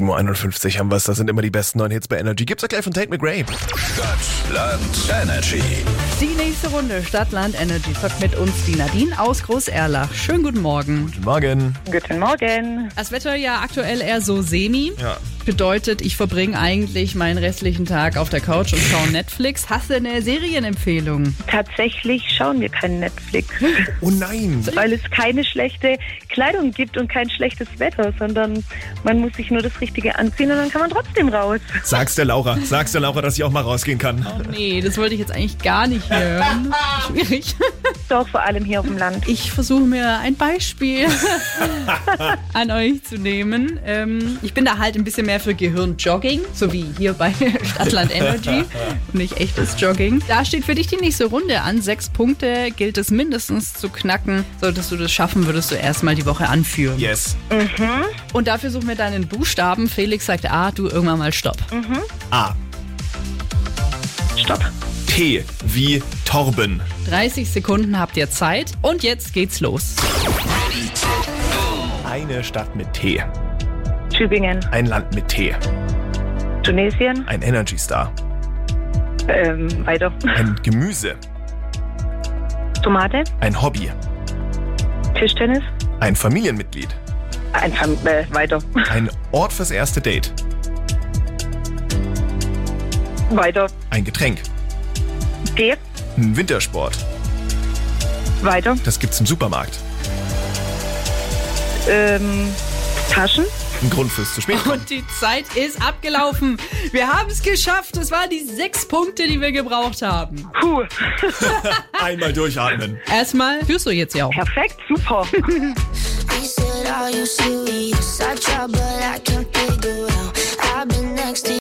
Morgen. 7.51 Uhr haben wir es. Das sind immer die besten neuen Hits bei Energy. Gibt's auch gleich von Tate McRae. Stadtland Energy. Die nächste Runde Stadtland Energy zockt mit uns die Nadine aus Großerlach. Schönen guten Morgen. Guten Morgen. Guten Morgen. Das Wetter ja aktuell eher so semi. Ja. Bedeutet, ich verbringe eigentlich meinen restlichen Tag auf der Couch und schaue Netflix. Hast du eine Serienempfehlung? Tatsächlich schauen wir kein Netflix, Oh nein. weil es keine schlechte Kleidung gibt und kein schlechtes Wetter, sondern man muss sich nur das Richtige anziehen und dann kann man trotzdem raus. Sag's der Laura. Sag's der Laura, dass ich auch mal rausgehen kann. Nee, das wollte ich jetzt eigentlich gar nicht hören. Schwierig. Doch vor allem hier auf dem Land. Ich versuche mir ein Beispiel an euch zu nehmen. Ähm, ich bin da halt ein bisschen mehr für Gehirnjogging, so wie hier bei Stadtland Energy und nicht echtes Jogging. Da steht für dich die nächste Runde an. Sechs Punkte gilt es mindestens zu knacken. Solltest du das schaffen, würdest du erstmal die Woche anführen. Yes. Und dafür suchen wir deinen Buchstaben. Felix sagt A, du irgendwann mal Stopp. A. Stopp. T wie Torben. 30 Sekunden habt ihr Zeit und jetzt geht's los. Eine Stadt mit T. Tübingen, Ein Land mit T. Tunesien, Ein Energy Star. ähm, weiter. Ein Gemüse. Tomate, Ein Hobby. Tischtennis, Ein Familienmitglied. einfach äh, weiter. Ein Ort fürs erste Date. Weiter. Ein Getränk. D, Ein Wintersport. weiter. Das gibt's im Supermarkt. Ähm, Taschen. Ein Grund fürs zu spät. kommen. Und die Zeit ist abgelaufen. Wir haben es geschafft. Das waren die sechs Punkte, die wir gebraucht haben. Puh, Einmal durchatmen. Erstmal führst du jetzt ja auch. perfekt, super. They said, Are you serious? I tried, but I can't figure out. I've been next to